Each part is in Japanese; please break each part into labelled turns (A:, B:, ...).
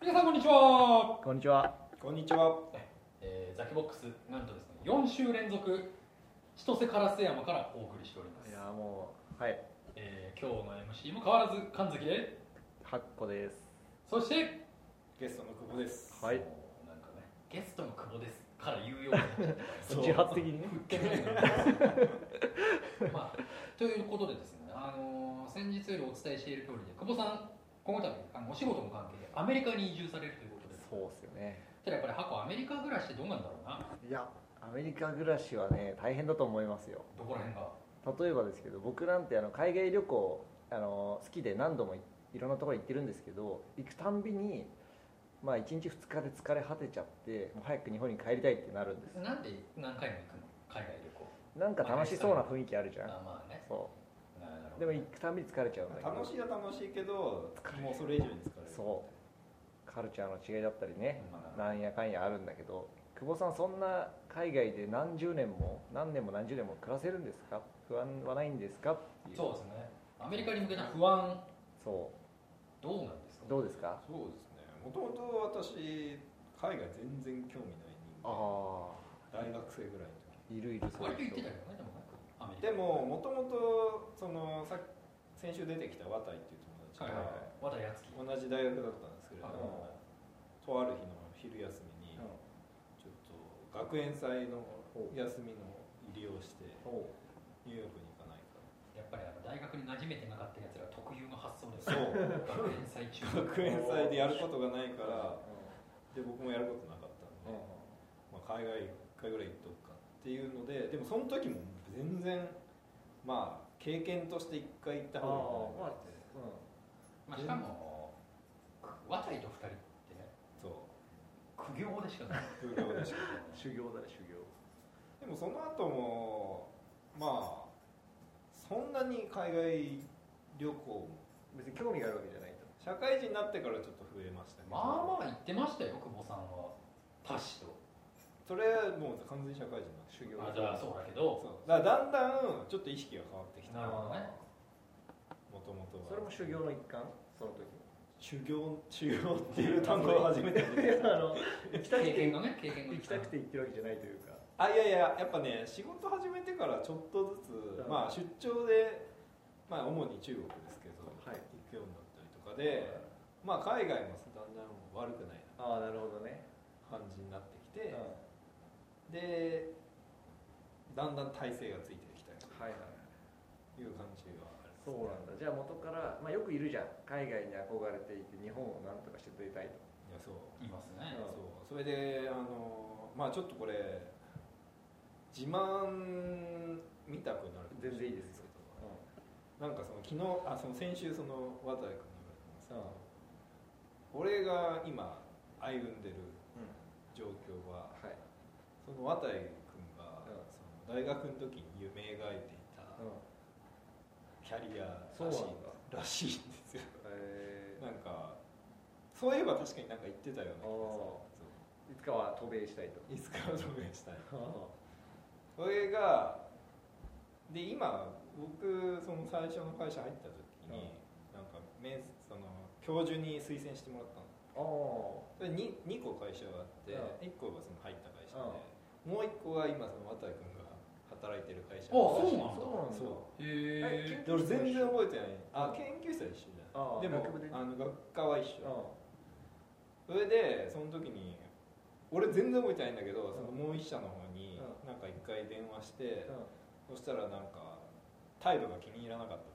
A: 皆さんこんにちは、
B: こんにちは。
C: こんにちは。
A: えー、ザキボックスなんとですね4週連続千歳烏山からお送りしております
B: いやもうはい
A: えー今日の MC も変わらず神崎で
B: 八個です。
A: そして
C: ゲストの久保です。
B: はい
A: もうなんかねゲストの久保ですから言うようになってる
C: そ う
B: 自発的にね。
A: 振ってないのにまあということでですねあのー先日よりお伝えしている通りで久保さん今度あのお仕事も関係でアメリカに移住されるということです
B: そうっすよね。
A: ただやっぱり箱アメリカ暮らしってどうなんだろうない
B: やアメリカ暮らしはね大変だと思いますよ。
A: どこら辺が
B: 例えばですけど僕なんてあの海外旅行あの好きで何度もいいろんなところに行ってるんですけど行くたんびにまあ1日2日で疲れ果てちゃってもう早く日本に帰りたいってなるんです
A: なんで何回も行くの海外旅行
B: なんか楽しそうな雰囲気あるじゃん
A: あまあね
B: そ
A: なるほ
B: う
A: ど
B: でも行くたんびに疲れちゃうんだけど
C: 楽しいは楽しいけど
B: 疲れ、る
C: もうそれ以上に疲れる。
B: そうカルチャーの違いだったりね、
A: まあ
B: なんやかんやあるんだけど久保さんそんな海外で何十年も何年も何十年も暮らせるんですか不安はないんですかっていう
A: そうですねアメリカに向けた不安
B: そ
A: どうなんですか
B: うどうですか
C: そうですね。もともと私海外全然興味ない人
B: あ
C: 間。
B: あ
C: 大学生ぐらいの
B: いるいるそう
A: 割と
B: いう
A: 行って
B: 人
A: たけどねでもねアメリ
C: 時。
A: カ
C: でももともとそのさ先週出てきた綿井っていう友
A: はい
C: 達
A: はい
C: が
A: 渡りやつき
C: 同じ大学だったんですけれど
A: は
C: も、とある日の昼休みにちょっと学園祭の休みの入りをしてニューヨークに行かないか。
A: やっぱりあの大学に馴染めてなかったやつら特有の発想です
C: そ
A: よ
C: う。
A: 学園祭中
C: 学園祭でやることがないからで僕もやることなかったんで、まあ、海外1回ぐらい行っとくかっていうのででもその時も全然まあ経験として1回行った方がいいなって
A: まあしかも渡りと二人ってね
C: そう
A: 苦行でしかない
C: 風量でしか
B: 修行だね修行
C: でもその後もまあそんなに海外旅行も
B: 別に興味があるわけじゃないと
C: 社会人になってからちょっと増えましたけど
A: まあまあ言ってましたよ久保さんはパシと
C: それはもう完全に社会人の修行
A: あじゃあそうだけど
C: そうだからだんだんちょっと意識が変わってきた
A: なる
C: も
A: ほどね
C: ともとは
B: それも修行の一環その時
C: 修行修行っていう単語は初めて聞い た
B: あの行きたく
A: 経験
B: て
A: がね経験が
B: 行きたくて行ってるわけじゃないというか
C: あいやいややっぱね仕事始めてからちょっとず
B: うん
C: つ、まあ、出張で、まあ、主に中国ですけど、
B: はい
C: 行くようになったりとかで、まあ、海外もだんだん悪くない
B: ああなるほどね
C: 感じになってきて、でだんだん体勢がついてきたりと
B: はいはい
C: いう感じがある
B: そうなんだじゃあ元から、まあ、よくいるじゃん海外に憧れていて日本をなんとかして出たいと
C: いやそう
A: いますね
B: うん
C: そうそれであのまあちょっとこれ自慢見たくなるかもしれな
B: 全然いいですよ
C: けどなんかその昨日あその先週その渡井君に言われたのさ、俺が今歩んでる状況は
B: はい
C: その渡井君が、
B: うん
C: その大学の時に夢描いていたキャリアらしい,、らしいんですよ
B: え
C: なんかそういえば確かになんか言ってたよ
B: ーい
C: うな気がする
B: つかは渡米したいと
C: そういつかは表現したい それがで今僕その最初の会社入った時に、なんか面接その教授に推薦してもらったの
B: ああ
C: それ 2, 2個会社があって、
B: う
C: 1個がその入った会社で、もう1個が今その渡井君が働いてる会社
A: あそうなんだ
B: そうなんだ
C: そ
A: へえ
C: で俺全然覚えてないあ研究室は一緒じゃ
B: あ
C: んでも
B: 学部で
C: あの学科は一緒
B: うん
C: それでその時に俺全然覚えてないんだけど、
B: ん
C: そのもう一社の方に
B: う
C: なんか一回電話して、
B: うん
C: そしたらなんか態度が気に入らなかったって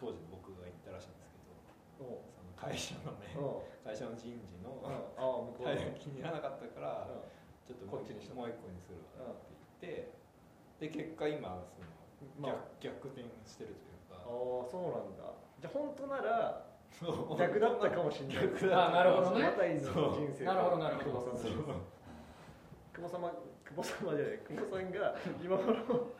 C: 僕当時の僕が言ったらしいんですけど
B: おう
C: その会社の ね
B: うん
C: 会社の人事の
B: うんああ向こうの
C: 態度が気に入らなかったから
B: うん
C: ちょっともう
B: こっちにしとく
C: もう一個にするわって言ってで結果今その
B: まあ
C: 逆,、逆転してると
B: あ
C: いう
B: あ
C: か
B: そうなんだじゃあ本当な ら
C: そう
B: 逆だったかもしれない
C: 逆
A: だったかもしれない
B: 渡井の人生と
A: なるほどなるほど
B: 久保さんの人生久保様久保様じゃない久保さんが今頃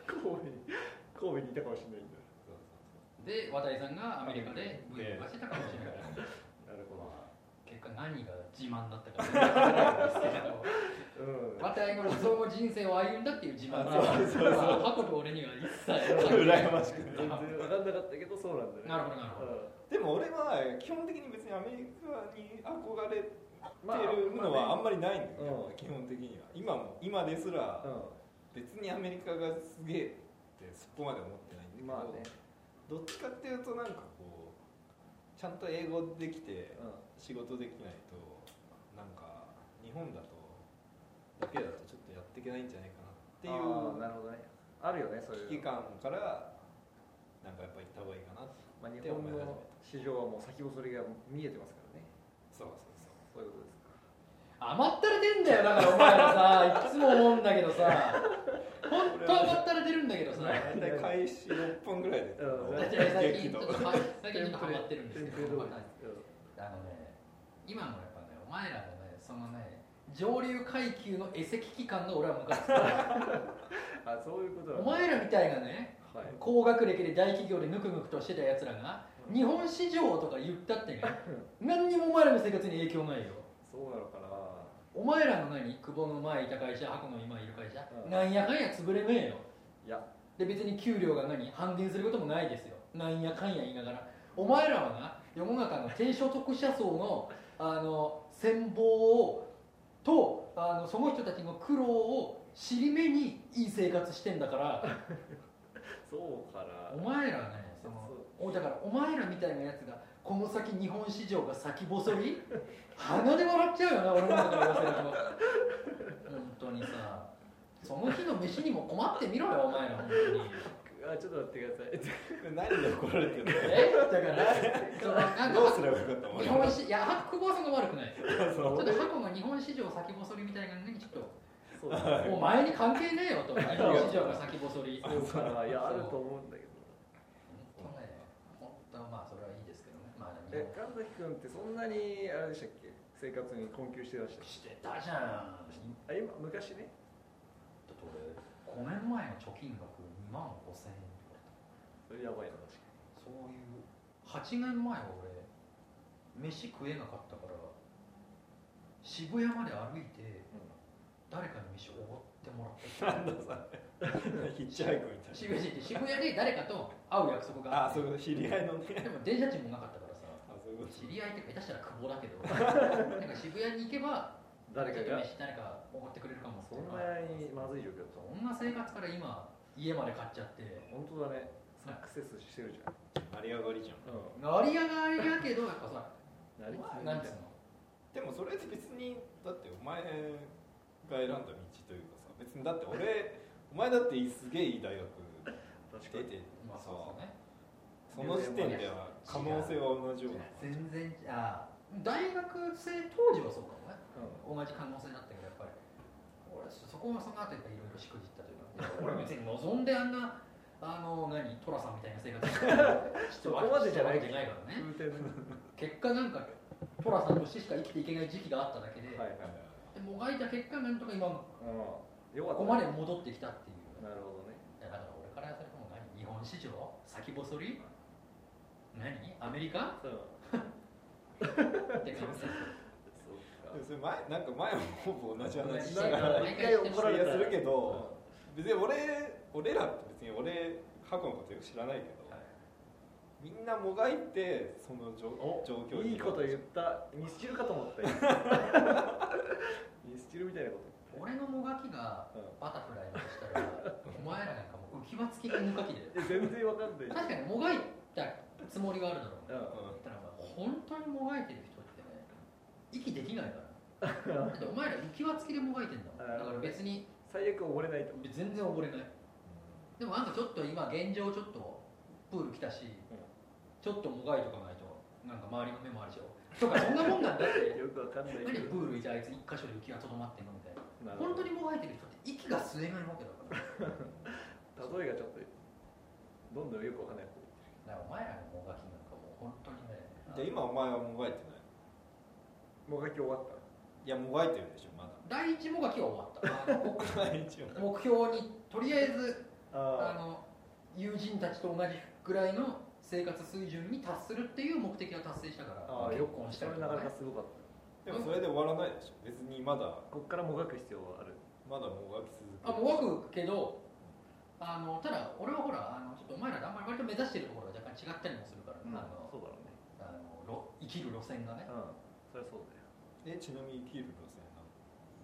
B: 神戸に神戸にいたかもしれないんだ
C: そう
A: で渡井さんがアメリカでブイブイ走ってたかもしれない
B: なるほ
A: まあ結果何が自慢だったか分からないですけど
B: ど うん
A: 渡井が理想の人生を歩んだっていう自慢
C: あそうそうそう
A: まあ箱と俺には一切
C: そうそう羨ましく
B: 全然分かんなかったけどそうなんだね
A: なるほどなるほど
B: うん
C: でも俺は基本的に別にアメリカに憧れ
B: まあ
C: ってるのはあんまりないんだよね、
B: うん
C: 基本的には今も今ですら別にアメリカがすげえってそこまで思ってないんだけど、
B: まあね、
C: どっちかっていうとなんかこうちゃんと英語できて仕事できないとなんか日本だとだけだとちょっとやっていけないんじゃないかなってい
B: あーな
C: う
B: るほどねあるよねそういう
C: 危機感からなんかやっぱ行った方がいいかなって
B: まあ、日本の市場はもう先細りが見えてますからね
C: そうそう
B: そ
C: そう
B: ういうことですか
A: 甘ったれてんだよだからお前らさいつも思うんだけどさ本当甘ったれてるんだけどさ
C: 大体開始6分ぐらいで
B: うん
A: 私は最近ちょっとは最近ちょっとハマってるんですけ
B: テンプレ
A: ど、はいあのね今のやっぱねお前らのねそのね上流階級のエセ危機感が俺は昔
B: あそういうことな
A: お
B: んだ
A: 前らみたいなね
B: はい
A: 高学歴で大企業でぬくぬくとしてたやつらが
B: うん
A: 日本市場とか言ったってね何にもお前らの生活に影響ないよ
B: そうなのかな
A: お前らの何久保の前いた会社箱の今いる会社、
B: うん
A: なんやかんや潰れねえよ
B: いや
A: で別に給料が何半減することもないですよなんやかんや言いながらお前らはな世の中の低所得者層のあの戦望をとあのその人たちの苦労を尻目にいい生活してんだから
B: そうか
A: お
B: な
A: 前らはねそのおだからお前らみたいなやつがこの先日本市場が先細り鼻で笑っちゃうよな俺の中で言わせると本当にさその日の飯にも困ってみろよお前ら本当に。
B: あちょっと待ってくだ さい
C: 何で怒られてるの
A: えだからそのなん
C: どう
A: か
C: すればよかったの
A: 日本市いや久保さんが悪くない
C: そ
A: ちょっ
C: う
A: と過去の日本市場先細りみたいなのにちょっと
B: そうだね
A: もう前に関係ねえよと日本市場が先細り
B: そうかないやあ
A: そう
B: ると思うんだけど
A: 本当ね本当はまあそれはいいですけどねまあ日
B: え
A: 本
B: 神崎君ってそんなにあれでしたっけ生活に困窮してらっしゃる
A: してたじゃんちょ
B: あ今昔ね
A: っと俺5年前の貯金額2万5000円とか
B: それやばいな確か
A: そういう8年前は俺飯食えなかったから渋谷まで歩いて
B: に、
A: 誰かに飯おごってもらった
C: なんだそれヒッチハイクみたい
A: 渋谷で渋谷で誰かと会う約束
C: な
A: が
C: あ
A: あっ
C: そう
A: て
C: いうこと知り合いのね
A: でも電車賃もなかったからさ
C: あそういうこと
A: 知り合いって下手したら久保だ けどなんか渋谷に行けば
B: 誰か
A: ちょっと
B: が
A: 飯誰かおごってくれるかもって
B: そんなにまずい状況だと思
A: そんな生活から今家まで買っちゃって
B: う本当だねサクセスしてるじゃん
C: 成り上がりじゃん
B: う
A: 成り上がりやけどやっぱさ
B: んなりきりみた
A: ないん
B: な
A: つうの
C: でもそれって別にだってお前が選んだ道というかさ別にだって俺お前だってすげえいい大学
B: 確か
C: 出
B: に
C: て
A: まあそうそうね
C: その時点では可能性は同じような
A: 全然あ大学生当時はそうかもね
B: う
A: 同じ可能性だったけどやっぱり俺そこはその後やっぱいろいろしくじったというか 俺別に望んであんなあの何寅さんみたいな生活して
B: そこまでじゃな
A: し
B: い
A: てるわけからね
B: ん風天
A: 結果なんか寅さんとしてしか生きていけない時期があっただけで,、
B: はいはい
A: でもがいた結果なんとか今こ
B: うんよかった
A: こまで戻ってきたっていう
B: なるほどね
A: だから俺からするともう何日本市場先細り何アメリカ
B: うん
A: って感 じ
C: でもそれ前なんか前もほぼ同じ話し
B: そ
C: な
B: う
C: が
B: から なんか一回怒られたら
C: するけ
B: うん
C: ど別に俺俺らって別に俺過去のことよく知らないけど、
A: はい
C: みんなもがいてその状
B: お
C: 状況
B: いいこと言
C: う
B: ったミスチルかと 思ったよミスチルみたいなこ
A: 俺のもがきが
B: と、う
A: バタフライだとしたらお前らなんかもう浮き輪付きのぬかきで
B: ん、え全然わかんない
A: 確かにもがいたつもりがあるだろうね
B: うん
A: だからまあ本当にもがいてる人ってね息できないからだってお前ら浮き輪付きでもがいてんだもんだから別に
B: 最悪溺れないと
A: 全然溺れないでもなんかちょっと今現状ちょっとプール来たし、ちょっともがいとかないとなんか周りの目もあるでしょとかそんなもんなんだって
B: よくわかんない
A: 何
B: け
A: プー
B: ど
A: ルいてあいつ一箇所で浮き輪とどまってんのみたいな
B: なるほ
A: 本当
B: ど
A: にもがいてる人って息が吸えないわけだから
B: 例えがちょっとどんどんよくわかんない
A: だからお前らのもがきなんかもう本当にね
C: んで今お前はもがいてない
B: もがき終わっ
C: いやもがいてるでしょまだ
A: 第一もがきは終わったあの
C: 一応
A: 目標にとりあえず
B: た
A: あ
B: あ
A: の友人たちと同じぐらいの生活水準に達するっていう目的は達成したから
B: ああよ
A: 結
B: く
A: 婚した
B: それ
A: りと
B: な
A: か
B: かな
A: ね
B: かすごかっ
C: でもそれで終わらないでしょ別にまだ
B: たこっからもがく必要はある
C: まだもがき続け
A: あ
C: る
A: もう湧くけどあのただ俺はほらあのちょっとお前らとあんまり割と目指してるところが若干違ったりもするから、
B: うん
A: あの
B: そうだろうね
A: あのろ生きる路線がね
B: うんそれはそうだよ
C: えちなみにキール路線なの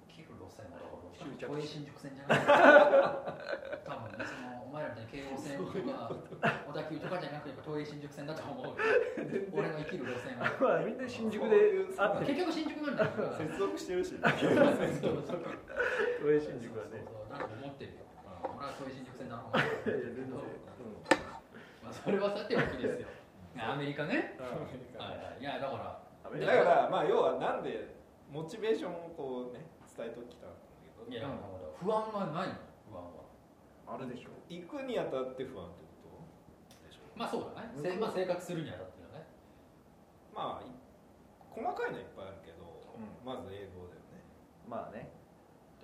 A: 切る路線だ
B: 終着地
A: から都営新宿線じゃない 多分ねそのお前らみたいに京王線とか 小田急とかじゃなくてやっぱ都営新宿線だと思う俺の生きる路線 は
B: まあみんな新宿で会って
A: 結局新宿なんだよそう
C: 接続してるし、
A: そ うそう
B: 都営新宿はね
A: そうそうだと思ってるよ俺は都営新宿線だろうな
B: いやいや全然
A: まあそれはさておきですよアメリカねはい
C: だ
A: はいいやだから
C: からまあ要はなんでモチベーションをこうね伝えときたんだ
A: い
C: け
A: や
C: ど
A: だから不安はないの不安は
B: あれでしょ
C: 行くにあたって不安ってことでしょ
A: まあそうだね、せまあ、生活するにあたってはね
C: まあい細かいのいっぱいあるけど、
B: う
C: まず英語だよね
B: まあね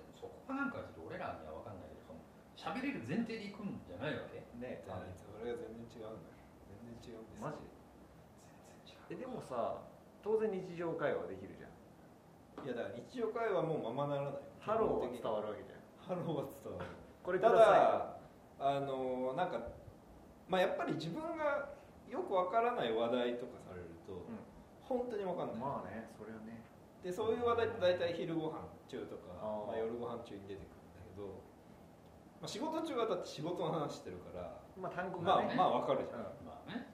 A: でもそこがなんかちょっと俺らには分かんないけどその喋れる前提で行くんじゃないわけ
B: ね
C: 全然それが全然違うんだよ全然違うんですよ
B: マジえ
A: 全然違う
B: でもさ当然日常会話できるじゃん
C: いやだから日常会話もうままならない
B: ハローは
C: 基
B: 伝わ
C: 本
B: るわけじゃん
C: 的にハローは伝わる
B: これく
C: た
B: ださ
C: だあのなんかまあやっぱり自分がよくわからない話題とかされると、
B: ん
C: 本当にわか
B: い
C: んない、
B: まあねそれはね
C: でそういう話題って大体昼ご飯中とか
B: あー
C: まあ、夜ご飯中に出てくるんだけど、まあ、仕事中はだって仕事の話してるから、
B: まあ単語が
C: まあ
B: ね
C: まあわかるじゃん、
A: まあね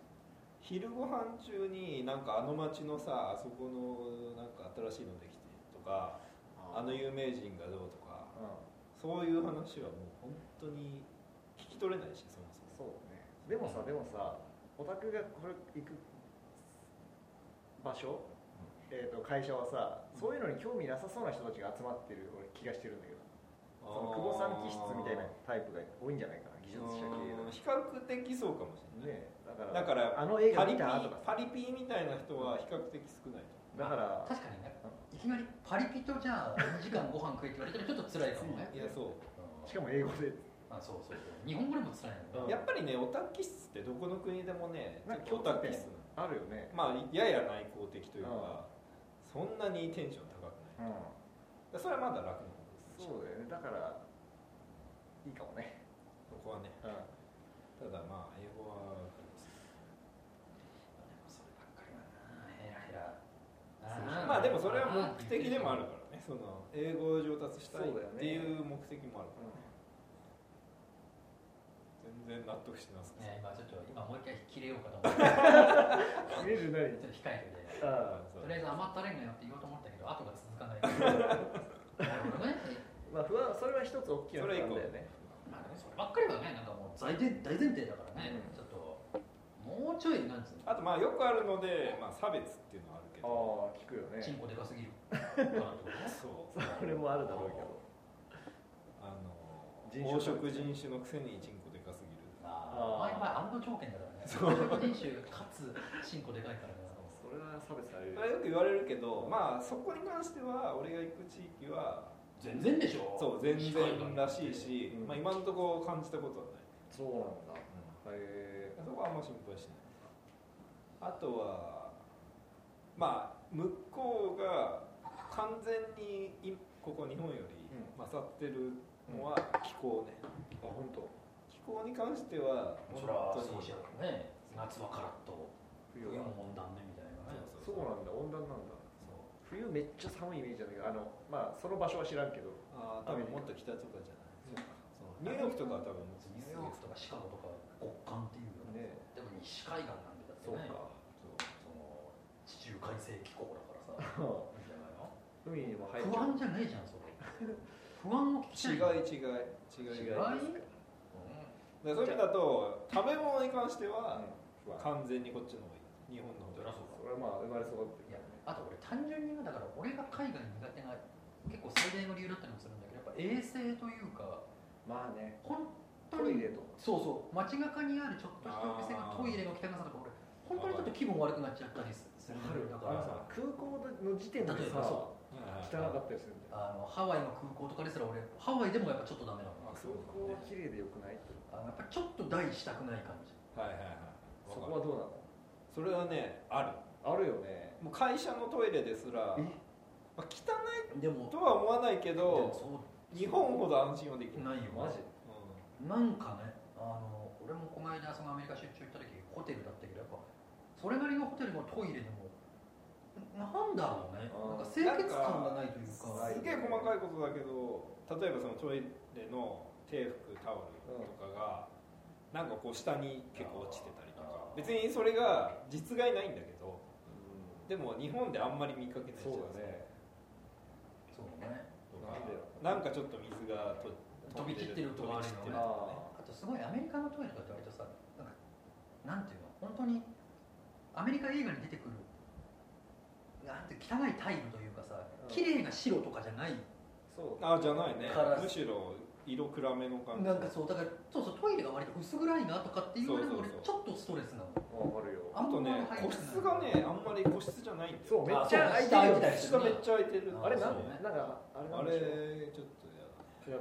C: 昼ご飯中になんかあの町のさあそこのなんか新しいのできてとかあの有名人がどうとか
B: う
C: そういう話はもう本当に聞き取れないしそもそ
B: ん
C: も
B: そうねでもさでもさオタクがこれ行く場所えー、と会社はさそういうのに興味なさそうな人たちが集まってる俺気がしてるんだけどその久保さん気質みたいなタイプが多いんじゃないかな技術者系
C: う
B: の
C: ん比較的そうかもしれない、
B: ねだからあ
C: だから
B: の映
C: パ
B: 画
C: リ
B: 見
C: ピ
B: たとかさ
C: パリピみたいな人は比較的少ないと
B: だから
A: 確かにねいきなりパリピとじゃあ2時間ご飯食えって言われたらちょっと辛いかもね
C: いやそう
A: うん
B: しかも英語で
A: あそうそうそう日本語でも辛いの
B: う
A: ね
B: ん
C: やっぱりねオタク気質ってどこの国でもね
B: なんか
C: ちょっとオタク気質な
B: あ
C: の
B: るよね
C: まあやや内向的というか、そんなにテンション高くな
B: うん
C: いそれはまだ楽な方です
B: そうだよねだからいいかもね
C: そこはね
B: うん
C: ただまあ英語は
A: でもそればっかりはなヘラヘラー
C: まあでもそれは目的でもあるからねその英語を上達したいっ
B: そうだよね
C: ていう目的もあるからね全然納得してます
A: ね
C: ね
A: 今ちょっと今もう一回切れようかと思ってち
B: 見れるなり
A: ょっ と控えてて
B: あ
A: とりあえず余ったれんなよって言おうと思ったけど後が続 かないなるほどね
B: まあ不安それは一つ大きな
C: そ
B: 不
C: れ以
B: 安
C: 降
B: だよね
A: まあでもそればっかりはねなんかもう大前大前提だからね、
B: うん
A: ちょっともうちょいなんつうの
C: あとまあよくあるので、まあ、差別っていうのはあるけ
B: ああ
C: ど
B: 聞くよ
A: チン
B: ね
A: コでか すぎるからってことね
C: そう
B: それもあるだろうけど
C: あ
B: 人
C: の
B: 種
C: 黄色人種のくせにチンコでかすぎる
A: ああ前前アンド条件だからねそう人種かつチンコでかいからね
B: それは差別される
C: まあよく言われるけどまあそこに関しては俺が行く地域は
A: 全然でしょ
C: そう全然らしいし、
B: うん
C: まあ、今のところ感じたことはない、
B: そうなんだへえ
C: そこはあんま心配しないあとはまあ向こうが完全にいここ日本より
B: う
C: 勝ってるのは気候ね、
B: あ本当
C: 気候に関しては
A: そりゃそう
C: 本
A: じゃんね夏はカラッと
B: 冬
A: 冬
B: は
A: も温暖でみたいなね
C: そ
B: そ
C: う
B: うなんだ温暖なんだ
C: そう
B: 冬めっちゃ寒いイメージだけどあのまあその場所は知らんけど
C: あー多分もっと北とかじゃないそうニューヨークとかは多分もっと
A: ニューヨークとかシカゴとか極寒っていうよね
B: ね
A: でも西海岸なんでだってねその地中海性気候だからさいいんじゃないの
B: 海にも入っ
A: 不
B: ちゃ
A: 安
B: う
A: じゃねえじゃんそれ不安を聞きたい
C: 違い
A: の
C: 違
A: 違い
C: い違いだからそういう意味だと食べ物に関しては
B: 不安
C: 完全にこっちの方がいい日本の方が
A: そ
C: いい
B: それはまあ生まれ育って
A: いや
B: る
A: あと俺単純に今だから俺が海外苦手な結構最大の理由だったりもするんだけどやっぱ衛生というか
B: まあね
A: 本当
B: トイレ
A: に
B: とか
A: そうそう街中にあるちょっとしたお店が
C: あー
A: トイレの汚さとか俺本当にちょっと気分悪くなっちゃったりすするだか
B: あ
A: ら
B: のさ空港の時点で
A: 例え
B: さ
A: ば
B: 汚
A: そ
B: かったりするんだよ
A: あのハワイの空港とかですら俺ハワイでもやっぱちょっとダメなの
C: あ
B: 空港は綺麗でよくないって
A: あのやっぱちょっと台したくない感じ
C: はいはいはい
B: そ
C: わ
B: こ
C: かる
B: はどう
C: それはねある
B: なのあるよね
C: もう会社のトイレですら、
B: え
C: まあ、汚
A: でも
C: いとは思わないけ
A: でも
C: ど
A: そう
C: 日本ほど安心はできない、
A: ないよ
B: マジ
C: う
A: なんかねあの俺もこの間そのアメリカ出張行った時ホテルだったけどやっぱそれなりのホテルのトイレでもなんだろうね
C: うん
A: なんか清潔感がないというか
C: すげえ細かいことだけど例えばそのトイレの手拭くタオルとかが、なんかこう下に結構落ちてたりとか別にそれが実害ないんだけどでも日本であんまり見かけないじゃ
B: そう
C: ないですか
B: だね
A: そうね
C: と
B: な
C: か
B: んでだろう
C: なんかちょっと水がと
A: 飛び散ってるとかあるよね
C: 飛び散ってる
B: あ
A: あとすごいアメリカのトイレだと割とさなんかなんていうの本当にアメリカ映画に出てくるなんて汚いタイルというかさ
B: うん
A: 綺麗な白とかじゃない
B: そう
C: あじゃないね
A: カラス
C: むしろ色暗めの感じ
A: なんかそうだからそうそうトイレが割と薄暗いなとかっていうので
C: そう
A: 俺
C: そうそう
A: ちょっとストレスなの
B: わかるよ
A: あ
C: あとね
A: 入らない
C: 個室がねあんまり個室じゃないんだよ
B: そうめっ
A: あ
B: ちゃ
A: そう
B: 空いて
A: 下空
B: るよ
A: いてたりするあ
B: あれ
C: 下めっちゃ空いてる
A: そう
B: な
A: んね
B: なんかあ
C: あ
B: れなん
C: れ
B: でしょ
C: ちょっとや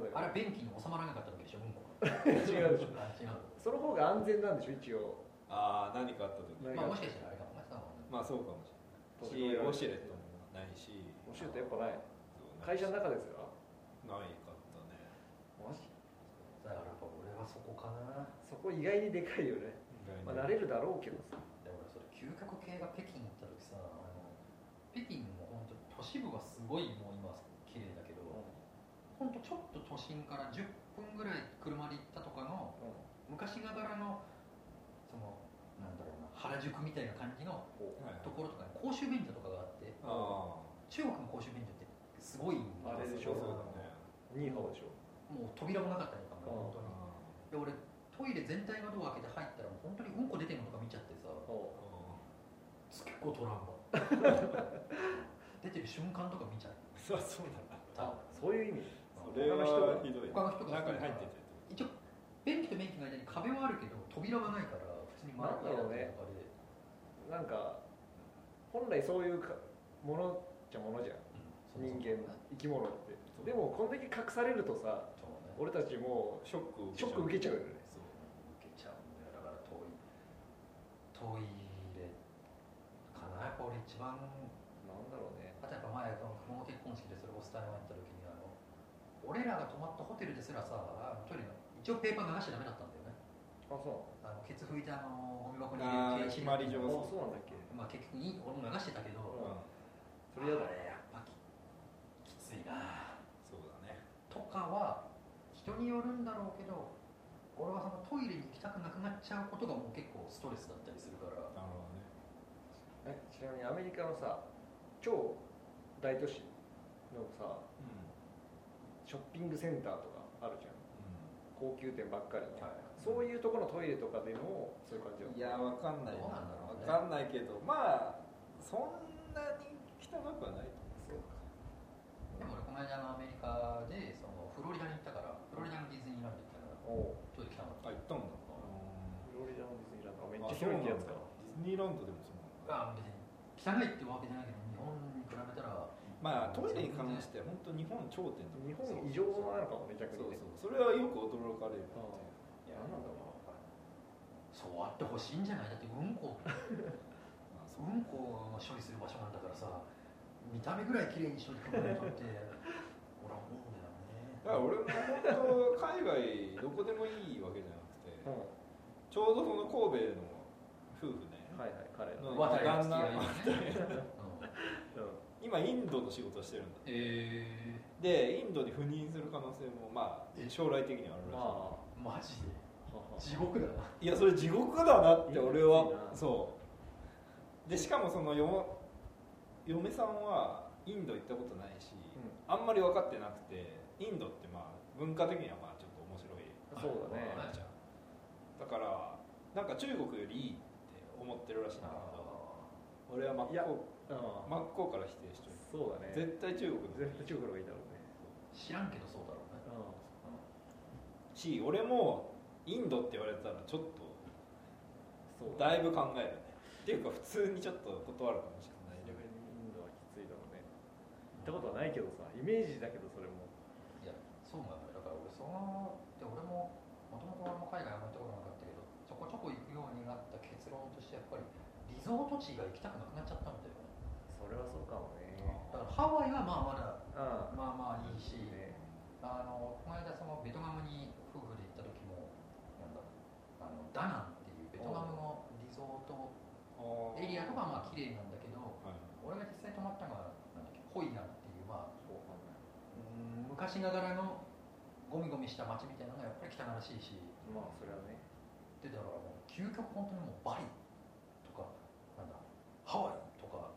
B: やだよ
A: あれは便器に収まらなかったわけでしょうんこ
B: 違うでしょ
A: があ違う
D: その方が安全なんでしょ一応
C: ああ何かあった時
B: ない
A: まあ
B: か
A: もしかしたらあれかもね多分ね
C: まあそうかもし
B: 閉じ
C: れ
B: 込
C: な
B: め
C: いし
B: られ
C: ウォ
B: てお仕
C: シュレットもないし
B: 事やっぱない
C: そう
B: 会社の中ですか
C: ないかったね
B: マジ
A: だからやっぱ俺はそこかな
D: そこ意外にでかいよね、
C: 意
B: まあ、
C: 外
B: 慣れ
C: に
B: るだろうけどさ
A: で俺それ究極系が北京行った時さあの北京も本当都市部はすごいもう今綺麗だけど本当ちょっと都心から10分ぐらい車で行ったとかの昔ながらのそのなんだろうな原宿みたいな感じの
C: はい
A: ところとかに公衆便所とかがあって
C: あ
A: 中国の公衆便所ってすごいんだ
B: あ
C: あ
B: れでしょ
C: そうだね
B: ニーハオでしょ
A: もう扉もなかったりとかも
B: うん
A: 本当にで俺トイレ全体のドア開けて入ったらもう本当にうんこ出てるのとか見ちゃってさ
B: お
A: 結構トラウマ 出てる瞬間とか見ちゃっ
C: そうそうなんだ
A: た
B: そういう意味
C: それはひどい
A: 他の人が
C: 中に入ってて
A: 一応便器と便器の間に壁はあるけど扉はないから普通に真っ暗だったりとかで
B: なんか本来そういうかものじゃものじゃん
A: うん
B: 人間生き物って
C: そう
B: でもこんだけ隠されるとさ
A: そうね
B: 俺たちも
C: ショックを
B: ショック受けちゃうよね
C: そう
A: 受けちゃうんだよだから遠いトイレかなやっぱ俺一番あ
B: なんだろうね
A: とやっぱ前この雲の結婚式でそれこそスタイルやった時にあの俺らが泊まったホテルですらさあのトイレの一応ペーパー流しちゃダメだったんだよね
B: あそ
A: あのケツ拭いてあのゴミ箱に
C: あ
A: 入れ
C: ー
A: て
C: 決まり上
B: うな
C: 手
B: のあそうなんだっけ
A: まあ結局いい俺も流してたけど、
B: うんそ
A: そ
B: れ
A: れ
B: や
A: やだねや
B: だね
A: っぱききついな
C: そうだね
A: とかは人によるんだろうけど俺はそのトイレに行きたくなくなっちゃうことがもう結構ストレスだったりするから
C: なるほどね
B: えちなみにアメリカのさ超大都市のさショッピングセンターとかあるじゃん高級店ばっかりの、そういうところのトイレとかでもそういう感じ
C: うん
B: ない
C: やわかんない
A: どうなんだろうね
C: わかんないけどまあそんなに汚くはないと思
A: でも俺この間のアメリカでそのフロリダに行ったからフロリダのディズニーランド行ったから
B: おお
A: トイレ汚
C: うあ
A: かった
C: 行ったんだ
B: フロリダのディズニーランドあめ
C: め
B: っちゃ広いってやつ
C: デ
B: か
C: ィズニーランドでもそう
A: が
C: なんだ
A: 別に汚いってわけじゃないけど日本に比べたら
C: まあトイレに関して本当日本頂点だ
B: 日本異常なのかもね逆
C: そう
B: にね
C: そうそれはよく驚かれ
B: う
C: る
B: ん
C: いや
B: なんだろ
A: そうあってほしいんじゃないだってうんこ
C: まあそう
A: うんこを処理する場所なんだからさ見た目ぐらい綺麗に処理してもらえとって 俺は思うんだよね
C: だから俺も本当海外どこでもいいわけじゃなくて
B: うな
C: ちょうどその神戸の夫婦ね、
B: うんはいはい彼ら
C: うん
A: 渡りが好きがいいよね、うん
B: う
C: 今インドの仕事をしてるんだ
A: え
C: でインドに赴任する可能性もまあ将来的にはある
B: ん
C: ら
B: まあ
C: しい、
B: は
A: ー、マジで地
B: はい
A: 獄だない
C: やそれ地獄だなって俺は
B: インドきついな
C: そうでしかもその嫁嫁さんはインド行ったことないし、
B: う
C: あんまり分かってなくてインドってまあ文化的にはまあちょっと面白い
B: そうだね
C: あるじゃんだからなんか中国よりいいって思ってるらしいんだけど俺は真っ
B: いや
C: 向
B: うん
C: 真っ向から否定してる
B: そうだね
C: 絶対中国の方がい
B: 絶対
C: い
B: 中国の方がいいだろうね
A: 知らんけどそうだろうね
C: し俺もインドって言われたらちょ
B: う
C: っ
B: んそう
C: とだ
B: ね
C: いぶ考えるねっていうか普通にちょっと断るかもしれないレベル
B: インドはきついだろうね行ったことはないけどさイメージだけどそれも
A: いやそうなのよだから俺そので俺ももともと俺も海外あんま行ったことなかったけどちょこちょこ行くようになった結論としてやっぱりリゾート地が行きたくなくなっちゃったんだよね
B: それはそうかもね
A: だからハワイはまあまだ
B: う
A: まあまあいいし、
B: んね
A: あのこの間そのベトナムに夫婦で行った時もなんだあのダナンっていうベトナムのリゾートエリアとかはまあ綺麗なんだけど
C: はい
A: 俺が実昔ながらのゴミゴミした街みたいなのがやっぱり汚らしいし
B: まあそれはね
A: でだからもう究極本当にもうバリとかなんだハワイとか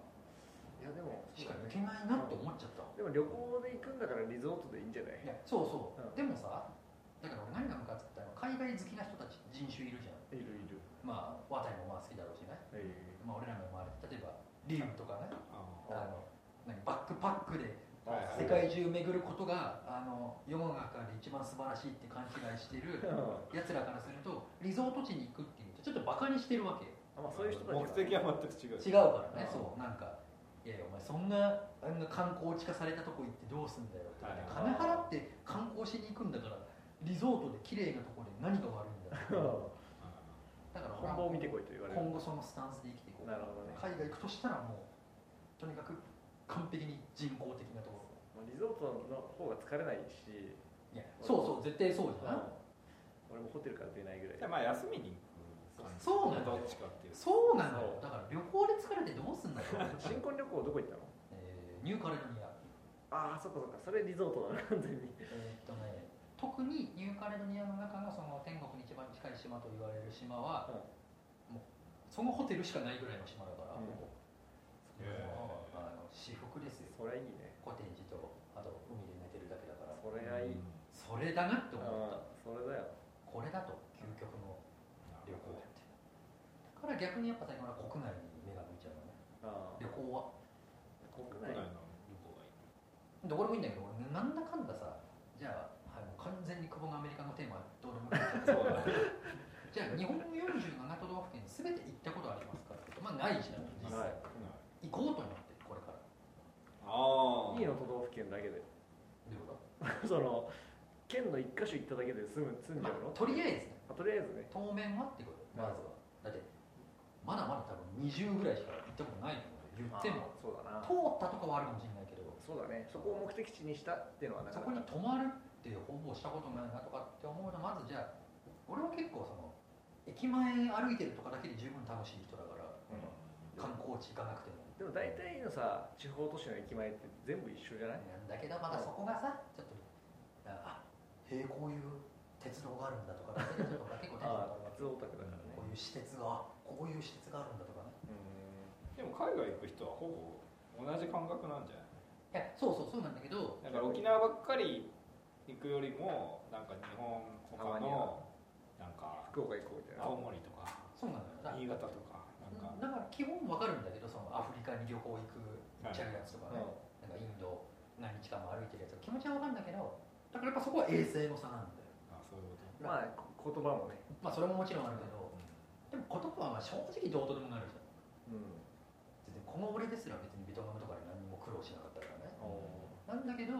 B: いやでも
A: しか行けないなって思っちゃった、
B: でも旅行で行くんだからリゾートでいいんじゃない
A: いやそうそう、
B: うん
A: でもさだから俺何が向かって言ったの海外好きな人たち人種いるじゃん
B: いるいる
A: まあ和タイもまあ好きだろうしね、まあ、俺らの周り例えばリュウとかね
C: あ
A: あの何バックパックで
C: ーはいはい
A: 世界中巡ることがあの世の中で一番素晴らしいって勘違いしてる
B: うん
A: やつらからするとリゾート地に行くっていうとちょっとバカにしてるわけ
B: あまあそういう人たち
C: 目的は全く違う
A: 違うからね
B: あー
A: そうなんかいやいやお前そんなあんな観光地化されたとこ行ってどうすんだよとかね
C: はい
A: 金払って観光しに行くんだからリゾートで綺麗なとこで何が悪いんだ
B: うん
A: よだから
B: 本場を見てこいと言われる
A: 今後そのスタンスで生きていこう
B: なるほどね
A: 海外行くとしたらもうとにかく完璧に人工的なところ
B: まあリゾートの方が疲れないし
A: いやそうそう絶対そうじゃん
B: 俺もホテルから出ないぐらい
C: じゃあまあ休みに行く感じ
A: そうなんだ
C: ど
A: よ
C: っちかっていう
A: そうなのよだから旅行で疲れてどうすんだよ、
B: 新婚旅行どこ行ったの
A: えーニューカレドニア
B: ああそっかそっかそれリゾートだな完全に
A: えーっとね特にニューカレドニアの中のその天国に一番近い島と言われる島は、もうそのホテルしかないぐらいの島だから、
B: うん
A: ここ
C: へー
A: もうあの私服ですよ
B: そりゃいいね
A: コテージとあと海で寝てるだけだから
B: それがいい、
A: それだなって
B: うん
A: 思った、
B: それだよ
A: これだと究極の
C: 旅
A: 旅
C: 行
A: 行ってだから逆にやっぱ最近は国内に目が向いちゃうのね
B: ああ
A: 旅行は
B: 国
C: 国
B: 内
C: 内
B: の
C: の旅行がいい
A: どこでもいいんだけど俺なんだかんださじゃあ、はい、もう完全に久保のアメリカのテーマどうでもいいんだけどじゃあ日本の47都道府県全て行ったことありますかって言うとまあないじゃん実
B: は
A: 際、
B: い
A: 行こうと思ってるこれから
C: ああ
B: いいの都道府県だけで
A: どういうこ
B: その県の一箇所行っただけで住む住
A: と、
B: んじ
A: ま
B: ゃうの、
A: あ、とりあえずね
B: あとりあえずね
A: 当面はってことまずはだってまだまだ多分20ぐらいしか行ったことないと思うよ言っても
B: そうだな
A: 通ったとかはあるかもしれないけど
B: そうだねそこを目的地にしたっていうのはな
A: そ
B: かな
A: こ
B: か
A: に泊まるってほぼしたことないなとかって思うのまずじゃあ俺は結構その駅前歩いてるとかだけで十分楽しい人だから観光地行かなくても
B: でも大体のさ地方都市の駅前って全部一緒じゃない
A: なんだけどまだそこがさちょっとあへえこういう鉄道があるんだとか だけでちょっと結構テンション上が
B: あ
A: るわ
B: あ
A: け
B: 津オタクだからね
A: こういう施設がこういう施設があるんだとかね
C: でも海外行く人はほぼ同じ感覚なんじゃない
A: いやそうそうそうなんだけど
C: だから沖縄ばっかり行くよりもなんか日本
B: たま
C: 他
B: には
C: のなんか
B: 福岡行こうみたいな
C: 青森とか
A: そうなんだよ
C: 新
A: だ
C: 潟とかなんか
A: だから基本わかるんだけどそのアフリカに旅行行くちゃうやつとかね、
B: う
A: なんかインド何日間も歩いてるやつが気持ちは分かるんだけどだからやっぱそこは衛生の差なんだよ
C: あそういうこと
B: んまあこ言葉もね、
A: まあそれももちろんあるけどでも言葉はまあ正直どうとでもなるじゃん
B: うん、
A: 全然この俺ですら別にベトナムとかで何も苦労しなかったからねなんだけどや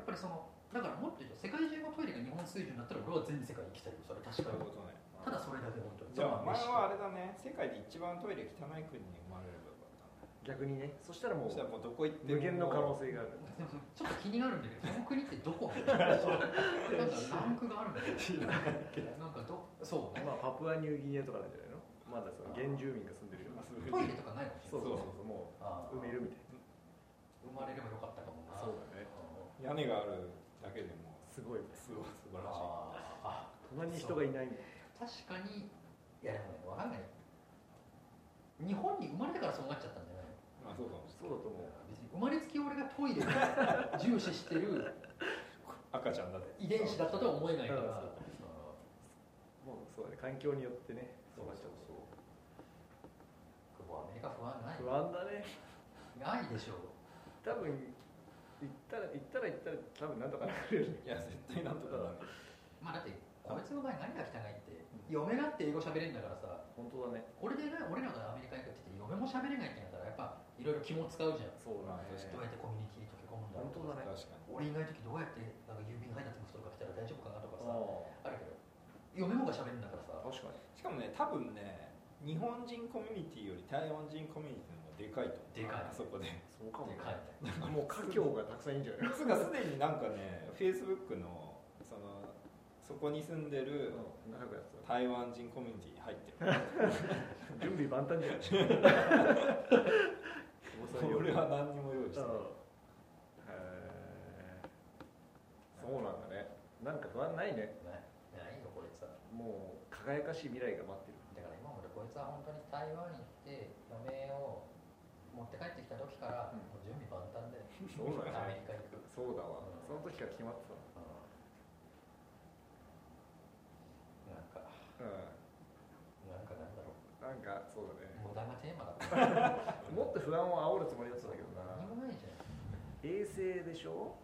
A: っぱりそのだからもっと言うと世界中のトイレが日本水準だったら俺は全世界行きたいよそれ確
C: そう
A: か
C: いう
A: に
C: ことね
A: ただそれだけ本当に
C: じゃあお前は
A: あ
C: あれだね世界で一番トイレ汚い国に生まれればよかったね
B: 逆にねそしたらも
C: そしたら
B: う
C: もうどこ行っても
B: 無限の可能性がある
A: でもちょっと気になるんだけどその国ってど こなんかランクがあるんだけどなんかどそうね
B: まあパプアニューギニアとかなんじゃないのまだその原住民が住んでるような
C: そういう
A: トイレとかないかもし
B: そ
A: れな
B: う
A: い
B: そうそうそうも
A: あ
B: う
A: ー
B: 埋めるみたい
A: 生まれればよかったかも
B: な
A: な
B: そうだね
C: 屋根があるだけでも
B: すごい
C: すごい素晴らしい
A: あ
B: 隣に人がいないみたい
A: ー確かにいやでもね分かんない日本に生まれてからそうなっちゃったんじゃないの
C: まあそうかもし
B: そうだと思う
A: 別に生まれつき俺がトイレを重視してる
C: れない赤ちゃんだって
A: 遺伝子だったとは思えないから
B: そうもうそうだね環境によってね
A: そう
B: なっ
A: そう
B: ちゃ
A: そう久保アメリカ不安ない
B: 不安だね
A: ないでしょう
B: 多分行ったら行ったら行ったら多分なんとかなるよね
C: いや絶対なんとかなる
A: まあだってこいつの場合何が汚いって嫁だって英語喋れんだからさ
B: 本当だね
A: これでね俺らがアメリカ行くって言って嫁も喋れないってなったらやっぱいろいろ気も使うじゃん
B: そうだね
C: まあ
A: ど
C: 確
A: うや
C: か
A: ってコミュニティに溶け込むんだろうと
B: 本
A: か
B: 当だね
C: 確か
A: 俺
C: に
A: いない時どうやってなんか郵便配達の人とか来たら大丈夫かなとかさあ
B: あ
A: るけど嫁の方が喋るんだからさ
B: あ確かに
C: しかもね多分ね日本人コミュニティより台湾人コミュニティの方がでかいと思
A: でかい
C: うあそこで
B: そうかもね
A: でかいみたいな
B: もう家境がたくさんいいんじゃない
C: つがすでになんかねフェイスブックのそのそこに住んでる
B: 仲良くやって
C: 台湾人コミュニティに入って
B: た
C: る
B: 準備万端じゃない久保さんより
C: 俺は何にも用意してない
B: へえなんか不安ないね
A: ないよこいつは
B: もう輝かしい未来が待ってる
A: だから今までこいつは本当に台湾に行って嫁を持って帰ってきた時から
B: うん
A: もう準備万端で
B: そうだ
A: ア
B: ね
A: メリカ行く
B: そうだわその時から決まって
A: なんか
B: たの
A: なんかなんだろう
B: うんなんかそうだね
A: 無駄なテーマだった
B: もっと不安を煽るつもりだったんだけど
A: 何
B: な
A: もないじゃん
B: 衛生でしょ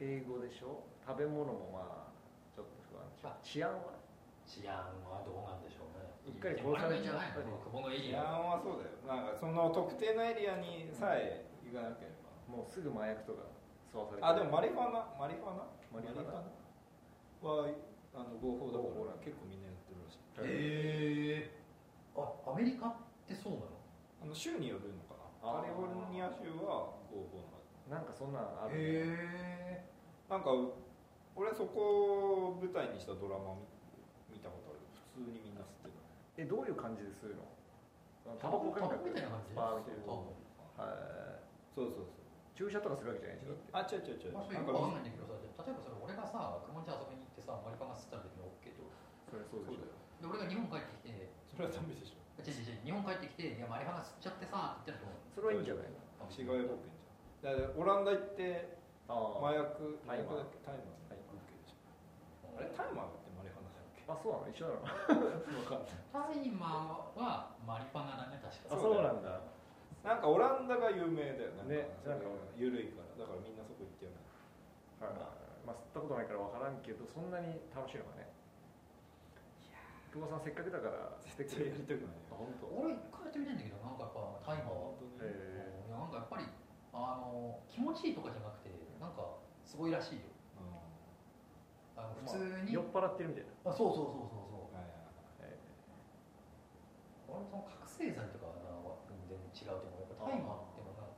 B: 英語でしょ食べ物もまあちょっと不安でしょ
A: あ
B: 治安は
A: 治安はどうなんでしょうね
B: うっかり殺され
A: いい
B: ち
A: じ
B: ゃ
A: ゃ
B: う
A: ないの久保のエ
C: い
A: リ
C: や
A: ア
C: まあそうだよなんかその特定のエリアにさえ行かなければ、
B: もうすぐ麻薬とか吸わされて
C: あでもマリファナマリファナ
B: マリファナ
C: はあの合法だ
B: 合法
C: か
B: な
C: ら
B: んだ
C: 結構みんなやってるらしい
A: えー、あアメリカってそうなの
C: あの州によるのか
B: あー
C: なカリフォルニア州は合法な
B: な
C: の
B: んかそんなんあるね
A: へ
C: なんか俺そこを舞台にしたドラマ見見たことある普通にみんな吸ってた
B: えどういう感じでするの
A: タバコ
B: 感
A: タバ
B: 覚
A: コみたいな感じ
B: スパーみたいな
A: タバコ
B: はい
C: そうそうそう
B: 注射とかするわけじゃないでしょだって
C: あ違う違う違
A: え
C: う
A: まあ、それよ
C: なん
A: く
C: か
A: わかんないんだけどさ例えばそれ俺がさ熊本に遊びに行ってさマリカンが吸ったら別に OK と
B: それそうでしょ
A: で俺が日本帰ってきて違
C: それはダメでしょ
A: う違う違う日本帰ってきていやマリカンが吸っちゃってさって言ったらどう
B: それはいいんじゃないの
A: なの
C: 違い保険じゃんだからオランダ行って
B: あ
C: 麻薬
B: タイマー
C: 麻薬だっ
B: タイマー
C: けタイマー OK でしょあれタイマーってマリファナだっけ
B: あそうなの一緒なのあ
C: 分かんな
A: タ
C: い
A: イマーはマリファナだね確か
C: そう
B: なんだ
C: なんかオランダが有名だよね
B: ね
C: なんか緩いからだからみんなそこ行ってよね
B: はいまあ吸ったことないから分からんけどそんなに楽しいのかね久保さんせっかくだからしてく
C: 絶
B: れ
C: 対やりたくない
B: あ本当。
A: 俺一回やってみたいんだけどなんかやっぱタイマーは
C: 本当
B: へ
C: に
A: いやなんかやっぱりあの気持ちいいとかじゃなくてなんかすごいらしいよあの
B: え
A: 普通に、
B: 酔っ払ってるみたいな
A: あ、そうそうそうそうそう
C: はいはい
B: え
A: 俺もその覚醒剤とかはな全然違うと思うやっぱタイマーってもなあ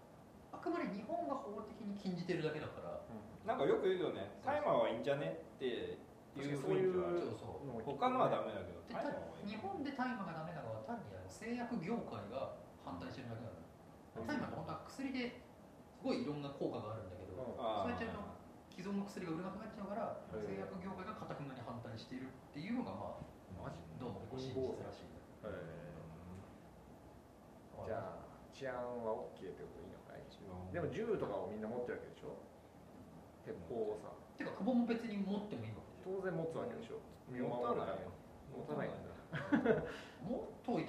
A: くまで日本が法的に禁じてるだけだから
B: ー
C: なんかよく言うよねタイマーはいいんじゃねっていう雰囲
B: 確かにそうい
A: そうそう
B: う
C: 気はある
B: うん
C: 他のはダメだけど
A: で
C: タイマー
A: た
C: はいい
A: 日本でタイマーがダメなのは単にあの製薬業界が反対してるだけなのタイマーって本当は薬ですごいいろんな効果があるんだけど、
B: うん
C: あー
A: そうやっちゃうの既存の薬が売れなくなっちゃうから
B: へー
A: 製薬業界がかたくなに反対しているっていうのがまあ
C: マジ
A: どうも結構真実らしいね
B: じゃあ治安は OK ってことでいいのかい
C: う
B: で
C: ん
B: も銃とかをみんな持ってるわけでしょ鉄砲をさ
A: てか久保も別に持ってもいいわけでしょ
B: 当然持つわけでしょ身を
C: 持
B: 守る
C: たな
B: た
C: い
B: めに
C: 持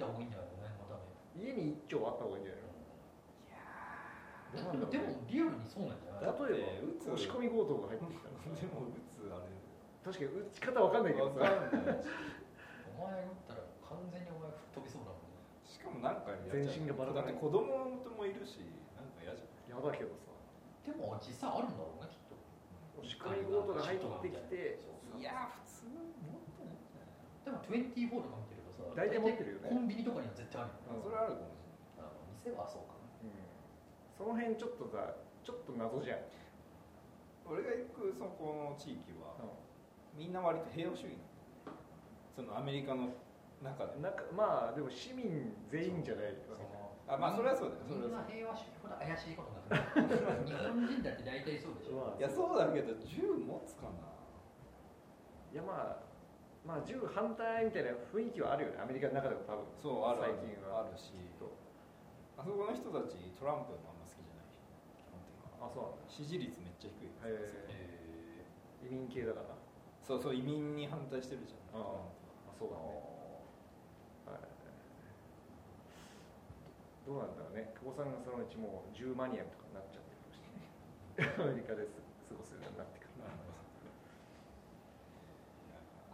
A: 持っとい
B: 持たないいんだ
C: たなんだ
A: た方がいいんじゃないのねまたね
B: 家に一丁あった方がいいんじゃないの
A: で
B: どうなんだ
A: も
B: ろう
A: でもリアルにそうなんじゃない
C: だって
B: 例え
C: 撃つ
B: ば押し込み強盗が入ってきたら
C: でも打つあ
B: 確
C: れ
B: かに打ち方わかんないけど
C: わ
B: さ
C: かんない
A: お前打ったら完全にお前吹っ飛びそうだもんね
C: しかもなんかやっちゃう
B: 全身がバラバ
C: だ
B: ラ
C: って子供もいるしなんか嫌じゃ
B: や
C: ん
B: だけどさ
A: でも実際あるんだろうねきっと
B: 押し込み強盗が入ってきて
A: そう
C: いや普通持ってないんじゃない
A: でも24とか見てるとさ
B: 大体持ってるよね
A: コンビニとかには絶対あるよ
C: あそれはあるかもし
A: あの店はそうかな
B: うんその辺ちょっとさちょっと謎じゃん
C: れない俺が行くそこの地域はみんな割と平和主義なのそのアメリカの中で
B: なんかまあでも市民全員じゃないよ
A: その
C: あまあそれはそうだよそ
A: み
C: れは
A: んな
C: そう
A: 平和主義ほど怪しいことなくなる日本人だって大体そうでしょ
B: まあ
C: いやそうだけど銃持つかない
B: やまあまあ銃反対みたいな雰囲気はあるよねアメリカの中でも多分
C: そうある
B: 最近は
C: あるし
B: と
C: あそこの人たちトランプもあんま好きじゃない基本的に
B: あそう
C: 支持率めっちゃ低い
B: なんだへ
A: へ
B: え移民系だから
C: そうそう移民に反対してるじゃん
B: ああそう
A: ー
B: だねはいどうなんだろうね久保さんがそのうちもう10マニアとかになっちゃってるかもしれないアメリカです過ごすようになってくる
C: なるほど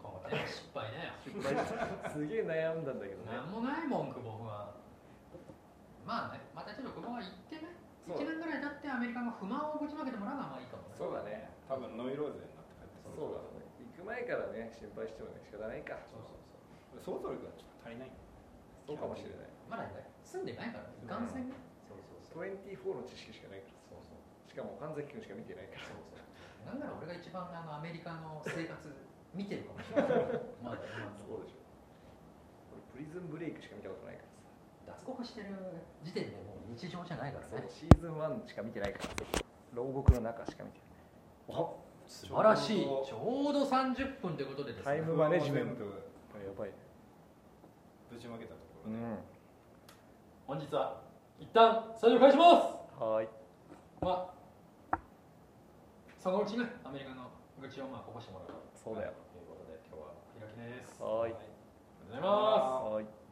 A: この点は失敗だよ
B: 失敗したすげえ悩んだんだけどね
A: なんもないもん久保はまあねまたちょっと久保は行ってね
B: そ
A: 1年
B: う
A: ぐらい経ってアメリカの不満をぶちまけてもらうのはまあいいかもね
B: そうだね
C: 多分ノイローゼになって帰って
B: そう
C: くる
B: だね行く前からね心配してもね仕方ないか
A: そうそうそう
C: 想像力がちょっと足りない
B: そうかもしれない
A: まだね住んでないからねいかんせんねそうそうそう
B: 24の知識しかないから
A: そうそう
B: しかも神崎君しか見てないか
A: そ
B: ら
A: うそうなんなら俺が一番あのアメリカの生活見てるかもしれない まだ今のところ
B: そうでしょ俺プリズンブレイクしか見たことないからさ
A: 脱獄してる時点でもう日常じゃないから
B: そう
A: ね
B: シーズン1しか見てないから牢獄の中しか見てないお
A: 素晴らしいちょうど30分ということでです
B: タイ
A: ね
B: ムマネジメン
C: トや
B: あやばいね
C: ぶちまけたとこ
B: う
C: ろで、
B: ん
A: 本日は一旦スタジオ返します
B: はーい
A: まあそのうちねアメリカの愚痴をまあこぼしてもらう
B: そうだよ
A: ということで今日は開きですあ
B: はー
A: り
B: い
A: がとうございます
B: はーい